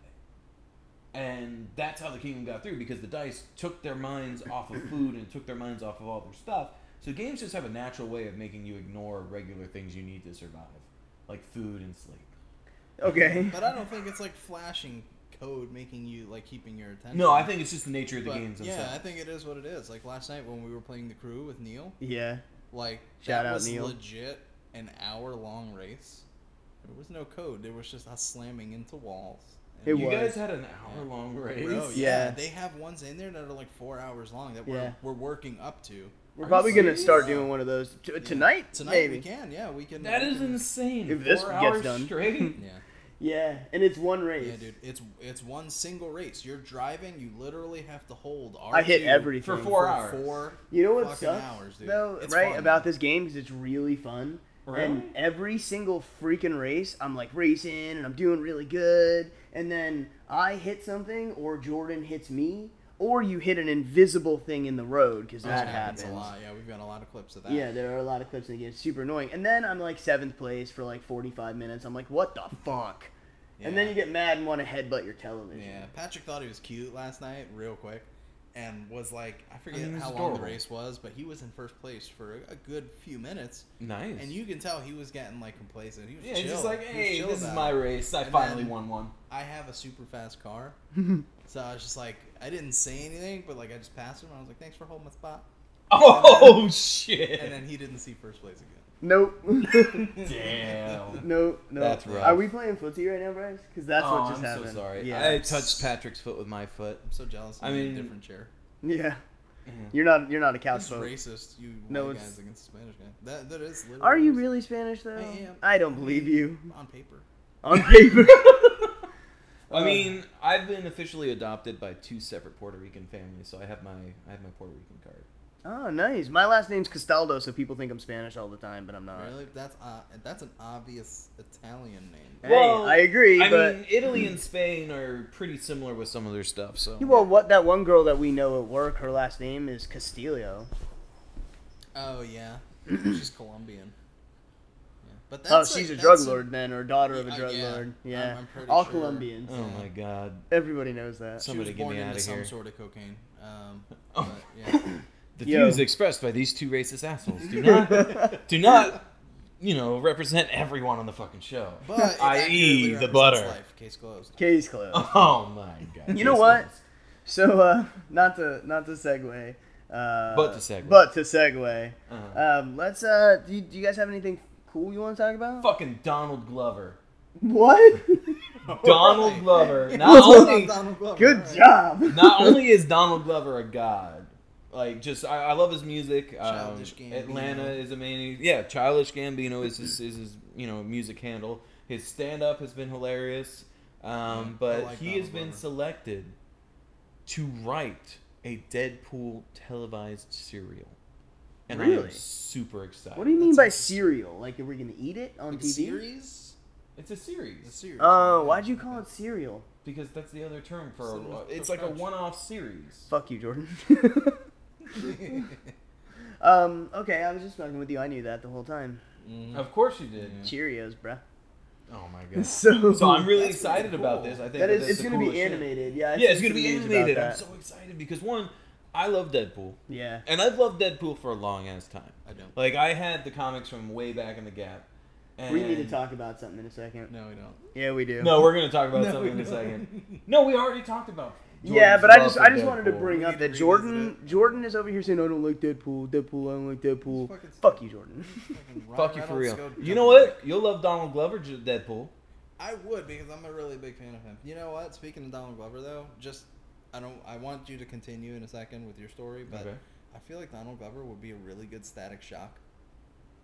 And that's how the kingdom got through because the dice took their minds off of food and took their minds off of all their stuff. So games just have a natural way of making you ignore regular things you need to survive, like food and sleep. *laughs*
Okay.
But I don't think it's like flashing code making you like keeping your attention.
No, I think it's just the nature of the
But,
games
yeah,
themselves.
I think it is what it is. Like last night when we were playing the crew with Neil,
Yeah.
like
Shout
that
out,
was
Neil.
legit an hour long race. There was no code. There was just us slamming into walls.
It
And
you
was.
guys had an hour long race.
Bro, yeah.
Yeah.
they have ones in there that are like four hours long that we're
Yeah.
we're working up to.
We're
Are you
probably gonna
serious?
start doing one of those T- tonight.
Tonight
maybe.
we can, yeah, we can.
That
we
is
can-
insane.
If this
Four
gets
hours
done.
straight.
Yeah,
Yeah, and it's one race.
yeah, dude. It's it's one single race. You're driving. You literally have to hold. R2
I hit everything
For four hours.
Four
You know what
fucking
sucks
hours, dude.
though,
It's
right
fun,
about
though.
this game because it's really fun.
Really?
And every single freaking race, I'm like racing and I'm doing really good, and then I hit something, or Jordan hits me, or you hit an invisible thing in the road because that
That happens a lot. Yeah, we've got a lot of clips of that.
Yeah, there are a lot of clips in the game. It's super annoying. And then I'm like seventh place for like 45 minutes. I'm like, what the fuck? And then
Yeah.
you get mad and want to headbutt your television.
Yeah, Patrick thought he was cute last night, real quick, and was like, I forget
mean, he's
how long
adorable.
the race was, but he was in first place for a, a good few minutes,
nice.
and you can tell he was getting like complacent. He was
yeah,
chill.
it's just like,
He was
hey,
chill
this is
about
my
it.
race. I
*laughs* And
finally
then-
won one.
I have a super
*laughs*
fast car, so I was just like, I didn't say anything, but like I just passed him. And I was like, thanks for holding my spot,
Oh *laughs* shit!
and then he didn't see first place again. *laughs*
Nope. *laughs*
Damn.
No, no.
That's rough.
Are we playing footsie right now, Bryce? Because that's
oh,
what just
I'm
happened.
so sorry.
Yeah.
I touched Patrick's foot with my foot.
I'm so jealous.
I
I'm in
mean-
a different chair.
Yeah. You're not. You're not a couch
That's
vote.
Mm-hmm. racist. You
No,
white
it's-
guys against the Spanish guy. That that is. Literally
Are you
racist.
really Spanish though?
I am.
I don't believe
*laughs*
you.
on paper?
On paper. *laughs*
I mean, I've been officially adopted by two separate Puerto Rican families, so I have my I have my Puerto Rican card.
oh, nice. My last name's Castaldo, so people think I'm Spanish all the time, but I'm not.
Really? That's uh, that's an obvious Italian name.
Hey, I agree,
I
but-
mean, Italy and Spain are pretty similar with some of their stuff. So
Well, what that one girl that we know at work, her last name is Castillo.
*clears throat*
Oh yeah, she's Colombian. Yeah. But that's
oh,
like-
she's a
that's
drug lord then, or daughter of a
Uh,
drug
yeah.
lord.
I'm-
Yeah,
I'm pretty
all
sure.
Colombians.
oh my god,
Everybody knows that.
She
Somebody
was
get
born
me
into
outta
some
here.
sort of cocaine.
*laughs*
Um,
Oh.
but, yeah.
The
Yo.
views expressed by these two racist assholes
*laughs*
do *laughs* not, do not, you know, represent everyone on the fucking show.
But it
i.e.
accurately
E, the butter.
represents Life. Case closed.
Case closed.
Oh my god.
You know
This
what?
is-
So, uh, not to not to segue. Uh,
But to segue.
But to segue.
Uh-huh.
Um, let's. Uh, do you, do you guys have anything cool you want to talk about?
Fucking Donald
*laughs*
Glover.
What? *laughs*
Donald Glover.
*laughs* Hey,
Not
Donald-
only,
Donald Glover,
Good
all right.
job.
not only is Donald Glover a god, Like just I, I love his music. Um,
Childish Gambino.
Atlanta is amazing. Yeah, Childish Gambino is his, is his you know music handle. His stand up has been hilarious. Um, but
like
he
Donald
has been
Glover.
selected to write a Deadpool televised serial. And I am
Really?
super excited.
What do you mean
That's
by
ins-
cereal? Like, are we gonna eat it on
Like
TV?
series?
It's a
The
series
series.
Oh,
yeah.
why'd
*laughs*
you call it cereal?
because that's the other term for a,
Cinema
it's like a
perfection.
one-off series.
Fuck you, *laughs* Jordan. um, okay, I was just fucking with you. I knew that the whole time.
Mhm.
Of course you did.
Yeah.
Cheerios, bruh.
Oh my god.
So,
So I'm really
That's really
excited about
cool.
this. I think
that is,
that's
it's
the
gonna be
coolest shit.
animated. Yeah, I've
Yeah, it's
seen
gonna be
some news about
animated. I'm
that.
so excited because one, I love Deadpool,
yeah,
and I've loved Deadpool for a long ass time.
I don't.
Like I had the comics from way back in the gap. And
we need to talk about something in a second.
No, we don't.
Yeah, we do.
*laughs* No, we're gonna talk about
No,
Oh. something in
we
a
don't.
second. No, we already talked about.
yeah,
Jordan's
but I
love
just
for
I just wanted to
Deadpool.
bring
We
up
need to
that
revisit
Jordan
it.
Jordan is over here saying I don't like Deadpool, Deadpool, I don't like Deadpool.
Fucking
Fuck
stop.
you, Jordan. *laughs*
Fucking Ryan
Fuck you for
Reynolds,
real.
go
You know
jump
what?
back.
You'll love Donald Glover J- Deadpool.
I would because I'm a really big fan of him. You know what? Speaking of Donald Glover, though, just I don't. I want you to continue in a second with your story, but
Okay.
I feel like Donald Glover would be a really good Static Shock.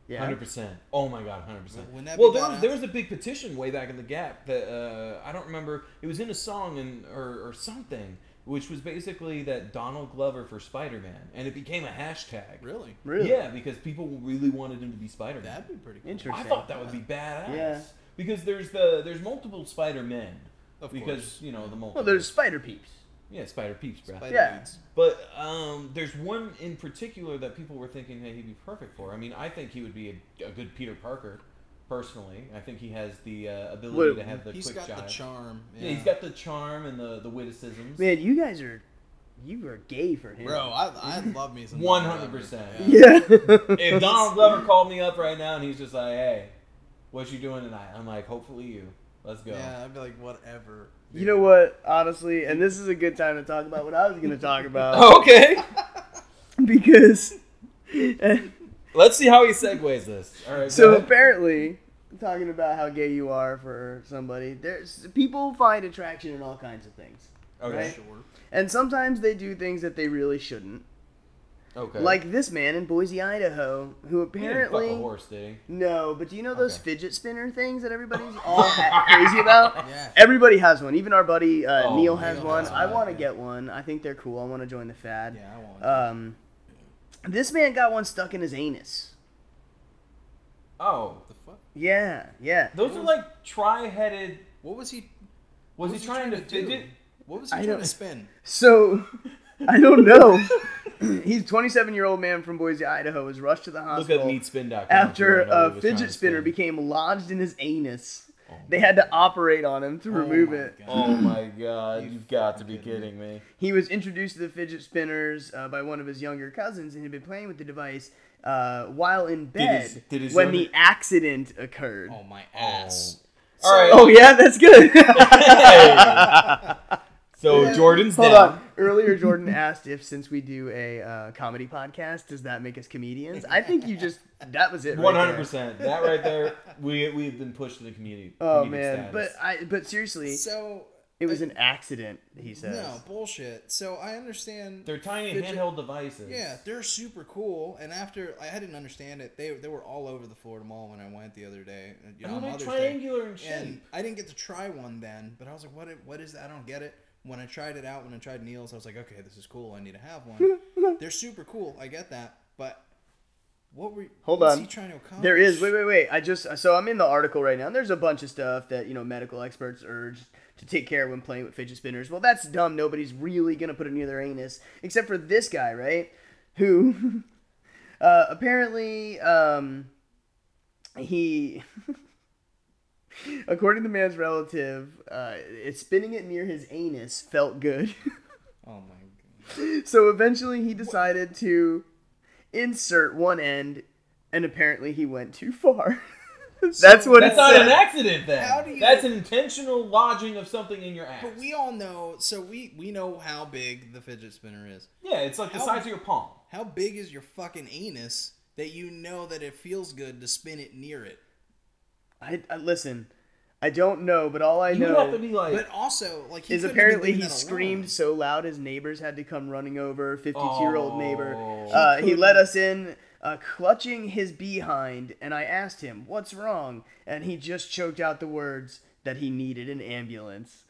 yeah,
Hundred percent. Oh my god, hundred percent.
Wouldn't that
Well,
be
there was,
badass?
there was a big petition way back in the gap that uh, I don't remember. It was in a song and or, or something, which was basically that Donald Glover for Spider Man, and it became a hashtag.
Really?
really.
Yeah, because people really wanted him to be Spider Man.
That'd be pretty. Cool.
Interesting.
I thought that would be badass.
Yeah.
Because there's the there's multiple Spider Men.
Of
because
course.
you know the multiple.
Well, there's Spider Peeps.
yeah Spider Peeps, bruh.
Spider
Yeah.
dudes.
But um, there's one in particular that people were thinking that he'd be perfect for. I mean, I think he would be a, a good Peter Parker, personally. I think he has the uh, ability
Well,
to have the
He's
quick
got
jive.
the charm. Yeah.
Yeah. he's got the charm and the the witticisms.
Man, you guys are you are gay for him.
Bro, I, I love me some.
One
Donald
hundred
Glover.
percent.
Yeah.
*laughs*
Yeah.
If Donald Glover called me up right now and he's just like, "Hey, what you doing tonight?" I'm like, "Hopefully you. Let's go."
Yeah, I'd be like, whatever.
You know what? Honestly, and this is a good time to talk about what I was gonna
*laughs*
talk about
*laughs* Okay.
*laughs* because. *laughs*
Let's see how he segues this. All right.
So
go ahead.
apparently, talking about how gay you are for somebody, there's people find attraction in all kinds of things,
okay.
Sure.
and sometimes they do things that they really shouldn't.
Okay.
Like this man in Boise, Idaho, who
he didn't fuck a
apparently
horse, did he?
no, but do you know those
Okay.
fidget spinner things that everybody's all ha- crazy
*laughs*
about?
Yeah.
Everybody has one. Even our buddy uh,
Oh,
Neil has
Neil
one.
has
I
one,
want to
yeah.
get one. I think they're cool. I want to join the fad.
Yeah, I won't.
Um, this man got one stuck in his anus.
Oh,
what the fuck?
Yeah, yeah.
those are like tri-headed
What was he?
Was
what
he trying, to,
do?
fidget?
What was he
I
trying
don't-
to spin?
So, I don't know. He's 27 year old man from Boise, Idaho, was rushed to the
Look
hospital
at meatspin.com.
after
if you wanna know
a
what he was trying
fidget
to
spinner
spin.
became lodged in his anus.
Oh
They had to operate on him to
Oh
remove
my
it.
God.
*laughs*
Oh my god,
You
you've got to
fucking
be
kidding
kidding me.
He was introduced to the fidget spinners uh, by one of his younger cousins and had been playing with the device uh, while in bed
his- did his
when the
younger-
accident occurred.
Oh my ass.
All right.
Oh, yeah, that's good.
*laughs* so Jordan's
Hold
down.
on. Earlier, Jordan asked if since we do a uh, comedy podcast, does that make us comedians? I think you just that was it. right
One hundred
there.
percent. That right
*laughs*
there, we we've been pushed to the community.
Oh
comedic
man,
status.
but I but seriously,
So
it was an accident. He says.
no bullshit. So I understand.
they're tiny
fidget-
handheld devices.
Yeah, they're super cool. And after I didn't understand it, they they were all over the Florida Mall when I went the other day. You know,
and they're
Mother's Day.
triangular in shape.
And I didn't get to try one then, but I was like, what? i- What is that? I don't get it. When I tried it out, when I tried Neil's, I was like, okay, this is cool. I need to have one.
*laughs*
they're super cool. I get that, but what were?
Hold
what was
on.
he trying to accomplish?
There is. Wait, wait, wait. I just so I'm in the article right now, and there's a bunch of stuff that you know medical experts urge to take care when playing with fidget spinners. Well, that's dumb. Nobody's really gonna put it near their anus, except for this guy, right? Who *laughs* uh, apparently um, he. *laughs* According to the man's relative, uh, it, spinning it near his anus felt good. *laughs*
Oh my god.
so eventually he decided to insert one end, and apparently he went too far. *laughs* that's what
That's
it
not
said.
an accident then.
How do you-
That's an intentional lodging of something in your ass.
But we all know. So we we know how big the fidget spinner is.
yeah, it's like the
How-
size of your palm.
How big is your fucking anus that you know that it feels good to spin it near it?
I, I listen. I don't know, but all I
You would
know
have to be like,
But also, like he
is
couldn't
apparently
have
he
been doing that
screamed
alone.
so loud his neighbors had to come running over. Fifty-two-year-old neighbor.
Oh. He
Uh, he let
couldn't.
us in, uh, clutching his behind, and I asked him what's wrong, and he just choked out the words that he needed an ambulance.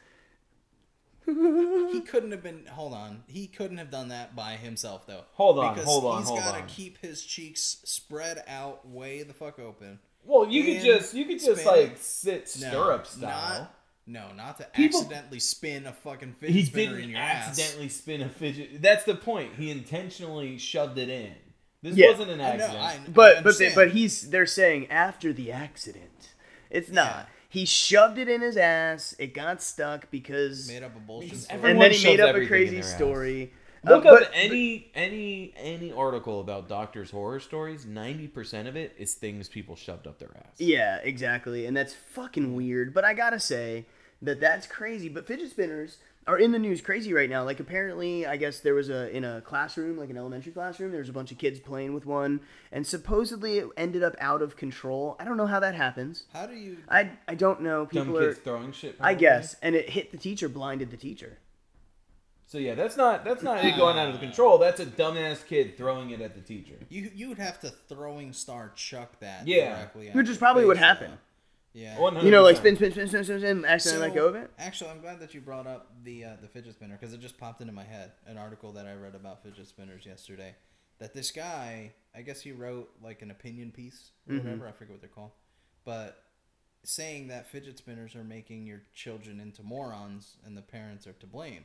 He couldn't have been. Hold on, he couldn't have done that by himself though.
Hold on,
because
hold on,
He's
hold
gotta
on.
keep his cheeks spread out, way the fuck open.
well, you could
in
just you could just
Spanish.
like sit
No,
stirrup style.
Not, no, not to
People-
accidentally spin a fucking fidget
he
spinner in
didn't
your
accidentally spin a fidget. That's the point. He intentionally shoved it in. This
Yeah.
wasn't an
ass. I know,
accident.
I, I
But but they,
understand.
but he's they're saying after the accident, it's not.
Yeah.
He shoved it in his ass. It got stuck because,
made up a bullshit.
Because
story.
everyone-
and then he
shoves
made up a
everything in
crazy
their ass.
story. Uh,
Look up
but-
any any any article about doctors' horror stories. Ninety percent of it is things people shoved up their ass.
Yeah, exactly. And that's fucking weird. But I gotta say that that's crazy. But fidget spinners are in the news crazy right now. Like apparently, I guess there was a in a classroom, like an elementary classroom, there was a bunch of kids playing with one, and supposedly it ended up out of control. I don't know how that happens.
How do you?
I I don't know.
Dumb
People
kids
are
throwing shit.
I
probably.
guess, and it hit the teacher, blinded the teacher.
So yeah, that's not that's not it going out of control. That's a dumbass kid throwing it at the teacher.
You you would have to throwing star chuck that
Yeah.
directly. at
Which is
your
probably what
face,
happened.
though. Yeah.
100%.
You know, like spin, spin, spin, spin, spin, spin, accidentally let
So,
go of it.
Actually, I'm glad that you brought up the uh, the fidget spinner because it just popped into my head an article that I read about fidget spinners yesterday. That this guy, I guess he wrote like an opinion piece or
Mm-hmm.
whatever. I forget what they're called, but saying that fidget spinners are making your children into morons and the parents are to blame.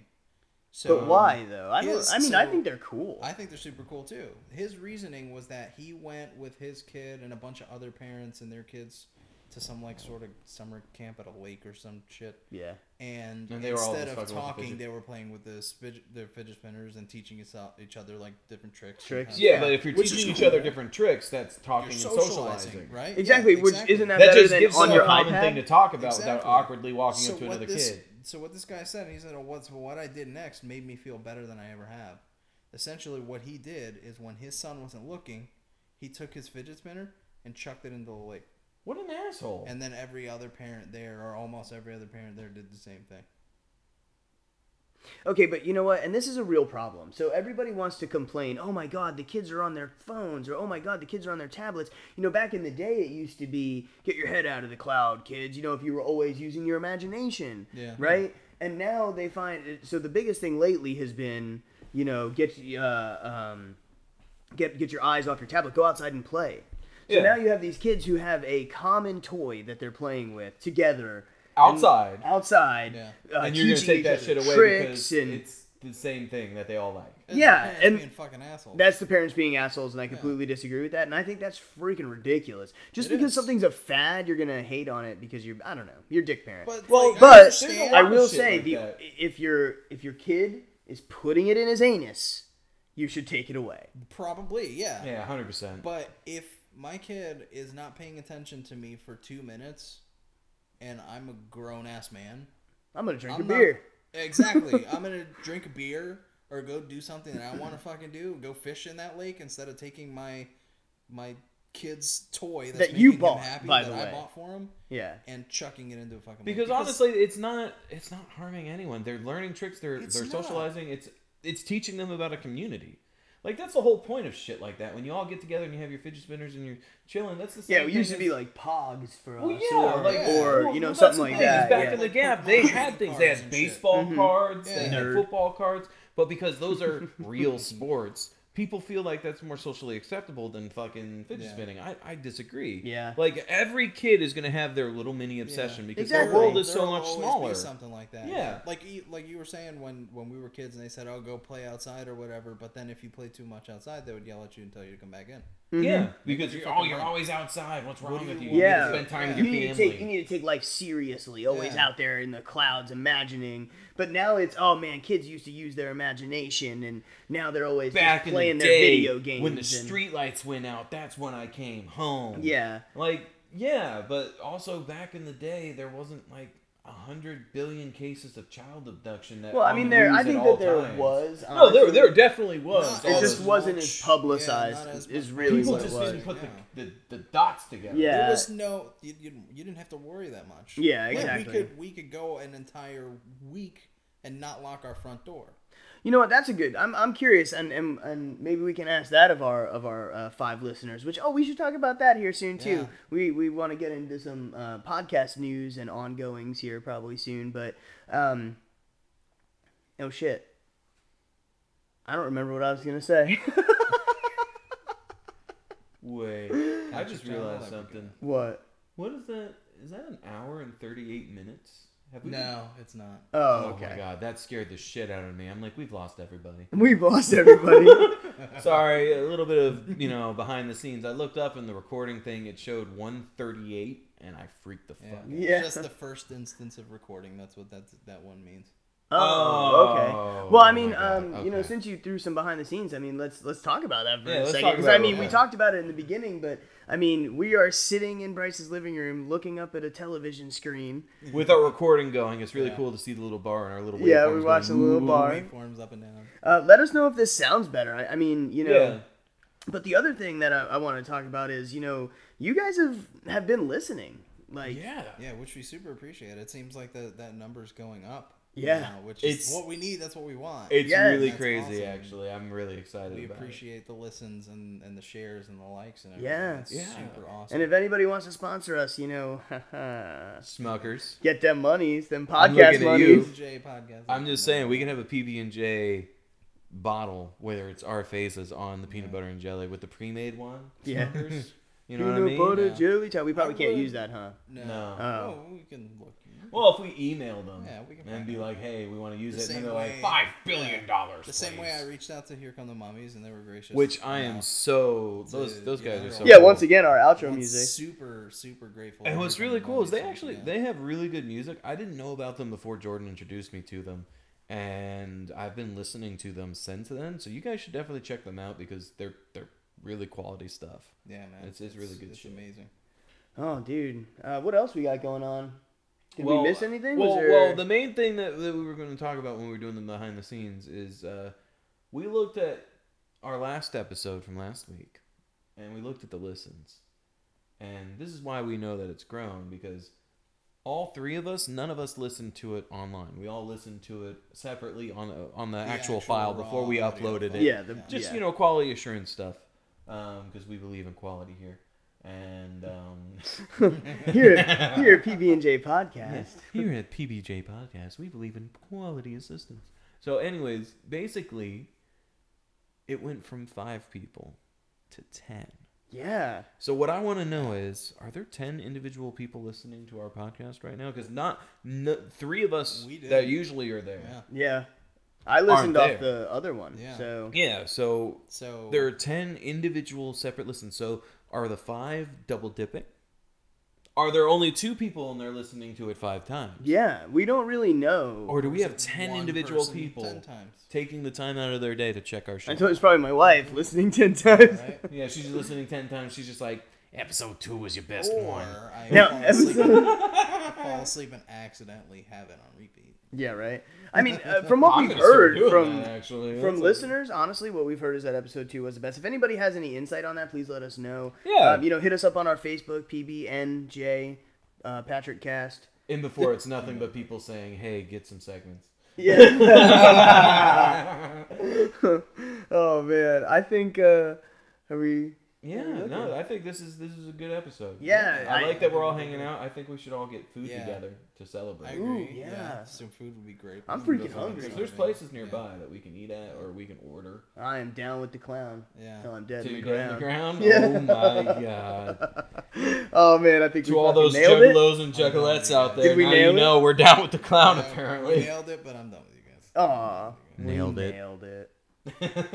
So
But why though? I don't.
his-
I mean, I
so-
think they're cool.
I think they're super cool too. His reasoning was that he went with his kid and a bunch of other parents and their kids to some like sort of summer camp at a lake or some shit.
Yeah.
And,
And they were all
instead
just fucking
of
with the
talking,
fidget-
they were playing with the fidget, their fidget spinners and teaching us out- each other like different tricks. and
Tricks.
kinds of-
Yeah, but if you're
Which is
teaching each
cool.
other different tricks, that's talking
You're
and
socializing,
socializing.
right? Yeah,
Exactly, which isn't that-
That
Better
just
than
gives
on
them a
your
common
iPad?
thing to talk about without
Exactly.
awkwardly walking up to
what
another
this,
kid.
So what this guy said, he said, "Oh, what's what I did next made me feel better than I ever have." Essentially, what he did is when his son wasn't looking, he took his fidget spinner and chucked it into the lake,
What an asshole!
and then every other parent there, or almost every other parent there, did the same thing.
Okay, but you know what? And this is a real problem. So everybody wants to complain, oh my God, the kids are on their phones, or oh my God, the kids are on their tablets. You know, back in the day, it used to be get your head out of the cloud, kids, you know, if you were always using your imagination.
Yeah.
Right? And now they find so the biggest thing lately has been, you know, get uh, um, get get your eyes off your tablet, go outside and play. So
Yeah.
now you have these kids who have a common toy that they're playing with together
Outside,
outside.
Yeah.
uh,
and you're gonna
teaching
take
each
that
other
shit away
tricks
because
and
it's the same thing that they all like.
That's
Yeah,
the parents
and-
being fucking assholes.
That's the parents being assholes, and I completely disagree with that. And I think that's freaking ridiculous. Just
It
because
is.
something's a fad, you're gonna hate on it because you're I don't know, you're a dick parent.
but
Well,
like, I
but
there's
understand-
a lot
I
of
will
shit
say
like
the
that.
if your if your kid is putting it in his anus, you should take it away.
probably yeah.
Yeah, hundred percent.
But if my kid is not paying attention to me for two minutes, and I'm a grown ass man,
I'm gonna drink
I'm
a
not-
beer.
*laughs*
*laughs*
Exactly. I'm gonna drink a beer or go do something that I want to fucking do. Go fish in that lake instead of taking my my kid's toy that's
That you
making him
bought,
happy
by
that
the
I
way.
bought for him
Yeah.
and chucking it into a fucking lake.
because honestly, it's not it's not harming anyone. They're learning tricks. They're
It's
they're
not.
socializing. It's it's teaching them about a community. Like that's the whole point of shit like that. When you all get together and you have your fidget spinners and you're chilling, that's the same.
Yeah, it
thing
used to
as-
be like pogs for us,
Well, yeah,
Uh, or,
like,
or
well,
you know
well, that's
something
the
like
thing is
that.
Back
yeah. Mm-hmm.
in the gap, they had things. They
Cards
had
and shit.
baseball cards. They
Yeah.
had
Nerd.
football cards. But because
*laughs*
those are real sports, people feel like that's more socially acceptable than fucking fidget
Yeah.
spinning. I, I disagree.
Yeah.
Like every kid is gonna have their little mini obsession because
Exactly.
their world is
There'll
so much
always be
smaller.
Something like that.
Yeah.
Like you, like you were saying when when we were kids and they said, "Oh, go play outside" or whatever. But then if you play too much outside, they would yell at you and tell you to come back in.
Yeah, because you're oh
fucking
you're
wrong.
always outside. What's wrong
do
with you?
you
You need to
Yeah.
spend time
Mm-hmm. You
with
need,
your
to
family.
take, you need to take life seriously, always
Yeah.
out there in the clouds imagining. But now it's, oh man, kids used to use their imagination, and now they're always
Back
just
in the
playing
day,
their video games.
when the
and-
streetlights went out, that's when I came home.
Yeah.
Like, yeah, but also back in the day, there wasn't like hundred billion cases of child abduction that
Well, I
on
mean,
the
there.
news
I
at
think
all
that there
times.
was.
No, there,
honestly.
there definitely was.
No,
It
all
just
this
wasn't
much-
as publicized.
yeah, not as
is
much.
really
people
what
just
it was.
didn't put
Yeah.
the, the, the dots together.
Yeah.
there was no you, you, you didn't have to worry that much.
Yeah,
Like,
exactly.
we could we could go an entire week and not lock our front door.
You know what? That's a good. I'm, I'm curious, and, and and maybe we can ask that of our of our uh, five listeners. Which oh, we should talk about that here soon too.
Yeah.
We we want to get into some uh, podcast news and ongoings here probably soon. But um, oh shit, I don't remember what I was gonna say. *laughs* *gasps*
Wait, I just
Child
realized
Leprechaun.
something.
what?
What is that? Is that an hour and thirty-eight minutes? Have we
No, it's not.
Oh,
Oh my
okay.
god, that scared the shit out of me. I'm like, we've lost everybody.
We've lost everybody. *laughs*
*laughs*
Sorry, a little bit of you know behind the scenes. I looked up in the recording thing; it showed 138, and I freaked the fuck.
Yeah.
out.
Yeah.
Just the first instance of recording. That's what that that one means.
Oh,
Oh,
okay. Well, I mean,
my God,
um, you know,
okay.
since you threw some behind the scenes, I mean, let's let's talk about that for
Yeah,
a
let's
second.
talk
Because
about
I
it,
mean, we
yeah.
talked about it in the beginning, but I mean, we are sitting in Bryce's living room, looking up at a television screen.
With our recording going, it's really
Yeah.
cool to see the little bar and our little.
Yeah,
waveforms
we watched
going,
a little
"Ooh."
bar. Alright.
Waveforms up and down.
Uh, let us know if this sounds better. I, I mean, you know.
Yeah,
But the other thing that I, I want to talk about is, you know, you guys have have been listening. Like,
Yeah.
Yeah, which we super appreciate. It seems like that that number's going up.
Yeah.
now, which
It's-
is what we need. That's what we want.
it's
Yes.
really
That's
crazy.
awesome.
Actually, I'm really excited.
we
about it.
appreciate the listens and, and the shares and the likes and everything.
Yeah.
It's
Yeah.
super awesome.
and if anybody wants to sponsor us, you know, *laughs*
Smuckers.
get them monies, them
I'm looking
podcast
at
monies.
you.
J podcast.
I'm just saying we can have a PB and J bottle, whether it's our faces on the peanut butter and jelly with the pre-made one.
Yeah. *laughs*
Smuckers. You know
Peanut
what I mean?
butter
Yeah.
jelly time. We probably can't
would-
use that, huh?
No.
No.
Oh.
Oh, we can look.
Well, if we email them
Yeah, we can
and
find
be
out.
like, "Hey, we want to use
The
it," and
same
they're like,
way-
five billion dollars."
The same way I
please."
reached out to Here Come the Mummies, and they were gracious.
Which I
Now,
am so those
Dude,
those
yeah,
guys are
they're
so.
all-
Yeah,
cool.
once again, our outro
I'm
music.
Super, super grateful.
And
to
what's
Here Come
really
the
cool is
Mummies
they
and-
actually
yeah.
they have really good music. I didn't know about them before Jordan introduced me to them, and I've been listening to them since then. So you guys should definitely check them out because they're they're really quality stuff.
Yeah, man.
It's- it's really good
It's
shit.
amazing.
Oh, dude, uh, what else we got going on? Did
Well,
we miss anything?
Well,
Was there-
well, the main thing that, that we were going to talk about when we were doing the behind the scenes is uh, we looked at our last episode from last week, and we looked at the listens, and this is why we know that it's grown because all three of us, none of us listened to it online. We all listened to it separately on the, on the, actual,
actual
file
raw
before we
audio
uploaded
file.
it.
yeah, the,
Just
yeah.
you know, quality assurance stuff, because we believe in quality here, and. Um,
*laughs*
*laughs*
here, here, at PB and J
*laughs*
podcast.
Here at PBJ Podcast, we believe in quality assistance. So, anyways, basically, it went from five people to ten.
Yeah,
So, what I want to know is, are there ten individual people listening to our podcast right now? Because not no, three of us
We did.
that usually are there.
Yeah.
yeah. I listened
Aren't
off
there.
the other one,
Yeah.
so
Yeah, so
So
there are ten individual separate listens. So, are the five double dipping? Are there only two people and they're listening to it five times?
yeah, we don't really know.
Or do we
was
have
it
ten
one
individual
person
people? *laughs*
Ten times.
taking the time out of their day to check our show.
I thought it was probably my wife listening *laughs* ten times.
Right?
yeah, she's just listening ten times. She's just like, episode two was your best
Or
one.
I
Now, *laughs*
fall, asleep,
episode-
I fall asleep and accidentally have it on repeat.
yeah, right. I mean, uh, from what we've heard from
actually
from listeners, honestly, what we've heard is that episode two was the best. If anybody has any insight on that, please let us know.
Yeah.
Um, you know, hit us up on our Facebook, PBNJ, uh, Patrick Cast.
And before, it's nothing but people saying, "Hey, get
*laughs*
some segments."
Yeah. *laughs* oh man, I think uh, are we?
Yeah, no, I think this is this is a good episode.
Yeah,
I,
I-
like that we're all hanging out. I think we should all get food
Yeah.
together to
I
celebrate.
agree. yeah.
yeah.
some food would be great.
I'm
Some
freaking
good food.
hungry.
Because there's places nearby that we can eat at or we can order.
I am down with the clown.
Yeah.
Till I'm dead
To
in the
your ground.
ground.
ground?
Yeah.
Oh
*laughs*
my god.
Oh man, I think
to
we
all
fucking
those
nailed it.
juggalos and juggalettes out there,
Did we
now
nail
you
it?
know we're down with the clown
Yeah, we
apparently.
nailed it, but I'm done with you guys.
Aw, we
Nailed it.
Nailed it.
*laughs*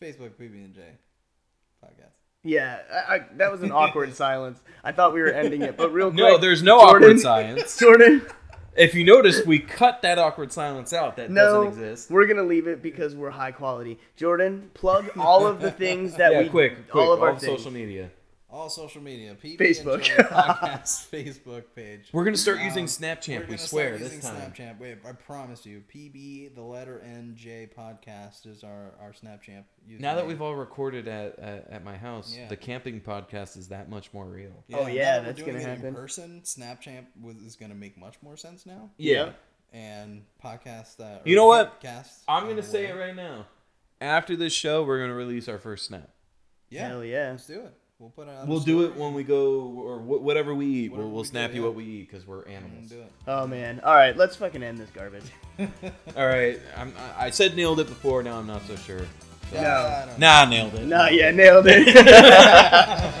Facebook PB and J podcast.
Yeah, I, I, that was an
*laughs*
awkward silence. I thought we were ending it, but real quick.
No, there's no
Jordan-
awkward silence.
*laughs* Jordan.
*laughs* If you notice, we cut that awkward silence out. That
No,
doesn't exist.
we're gonna leave it because we're high quality. Jordan, plug all of the things that
Yeah, *laughs*
we
quick, quick.
all of our
social
things.
media.
All social media, PB
Facebook.
*laughs* podcast Facebook page.
We're gonna start using
Um,
Snapchat. We
gonna
swear
start
this
using
time.
Snapchat. Wait, I promise you. PB the letter NJ podcast is our our Snapchat. Username.
Now that we've all recorded at at, at my house,
Yeah.
the camping podcast is that much more real.
Oh,
now
yeah,
that we're
that's
doing
gonna
it In
happen.
person, Snapchat was, is gonna make much more sense now,
Yeah.
and podcasts that
You know what?
Podcasts
I'm
are
gonna
the
say
way.
it right now. After this show, we're gonna release our first snap.
Yeah,
Hell yeah.
let's do it. We'll put it. on the
We'll do
story
it when we go or wh- whatever we eat.
Whatever
we'll we'll
we do,
snap you
yeah.
what we eat because we're
and
animals.
Do it.
Oh man. All right, let's fucking end this garbage. *laughs*
All right, I'm, I I said nailed it before. Now I'm not so sure.
No.
I don't
Nah, nailed it.
Nah, yeah, nailed it.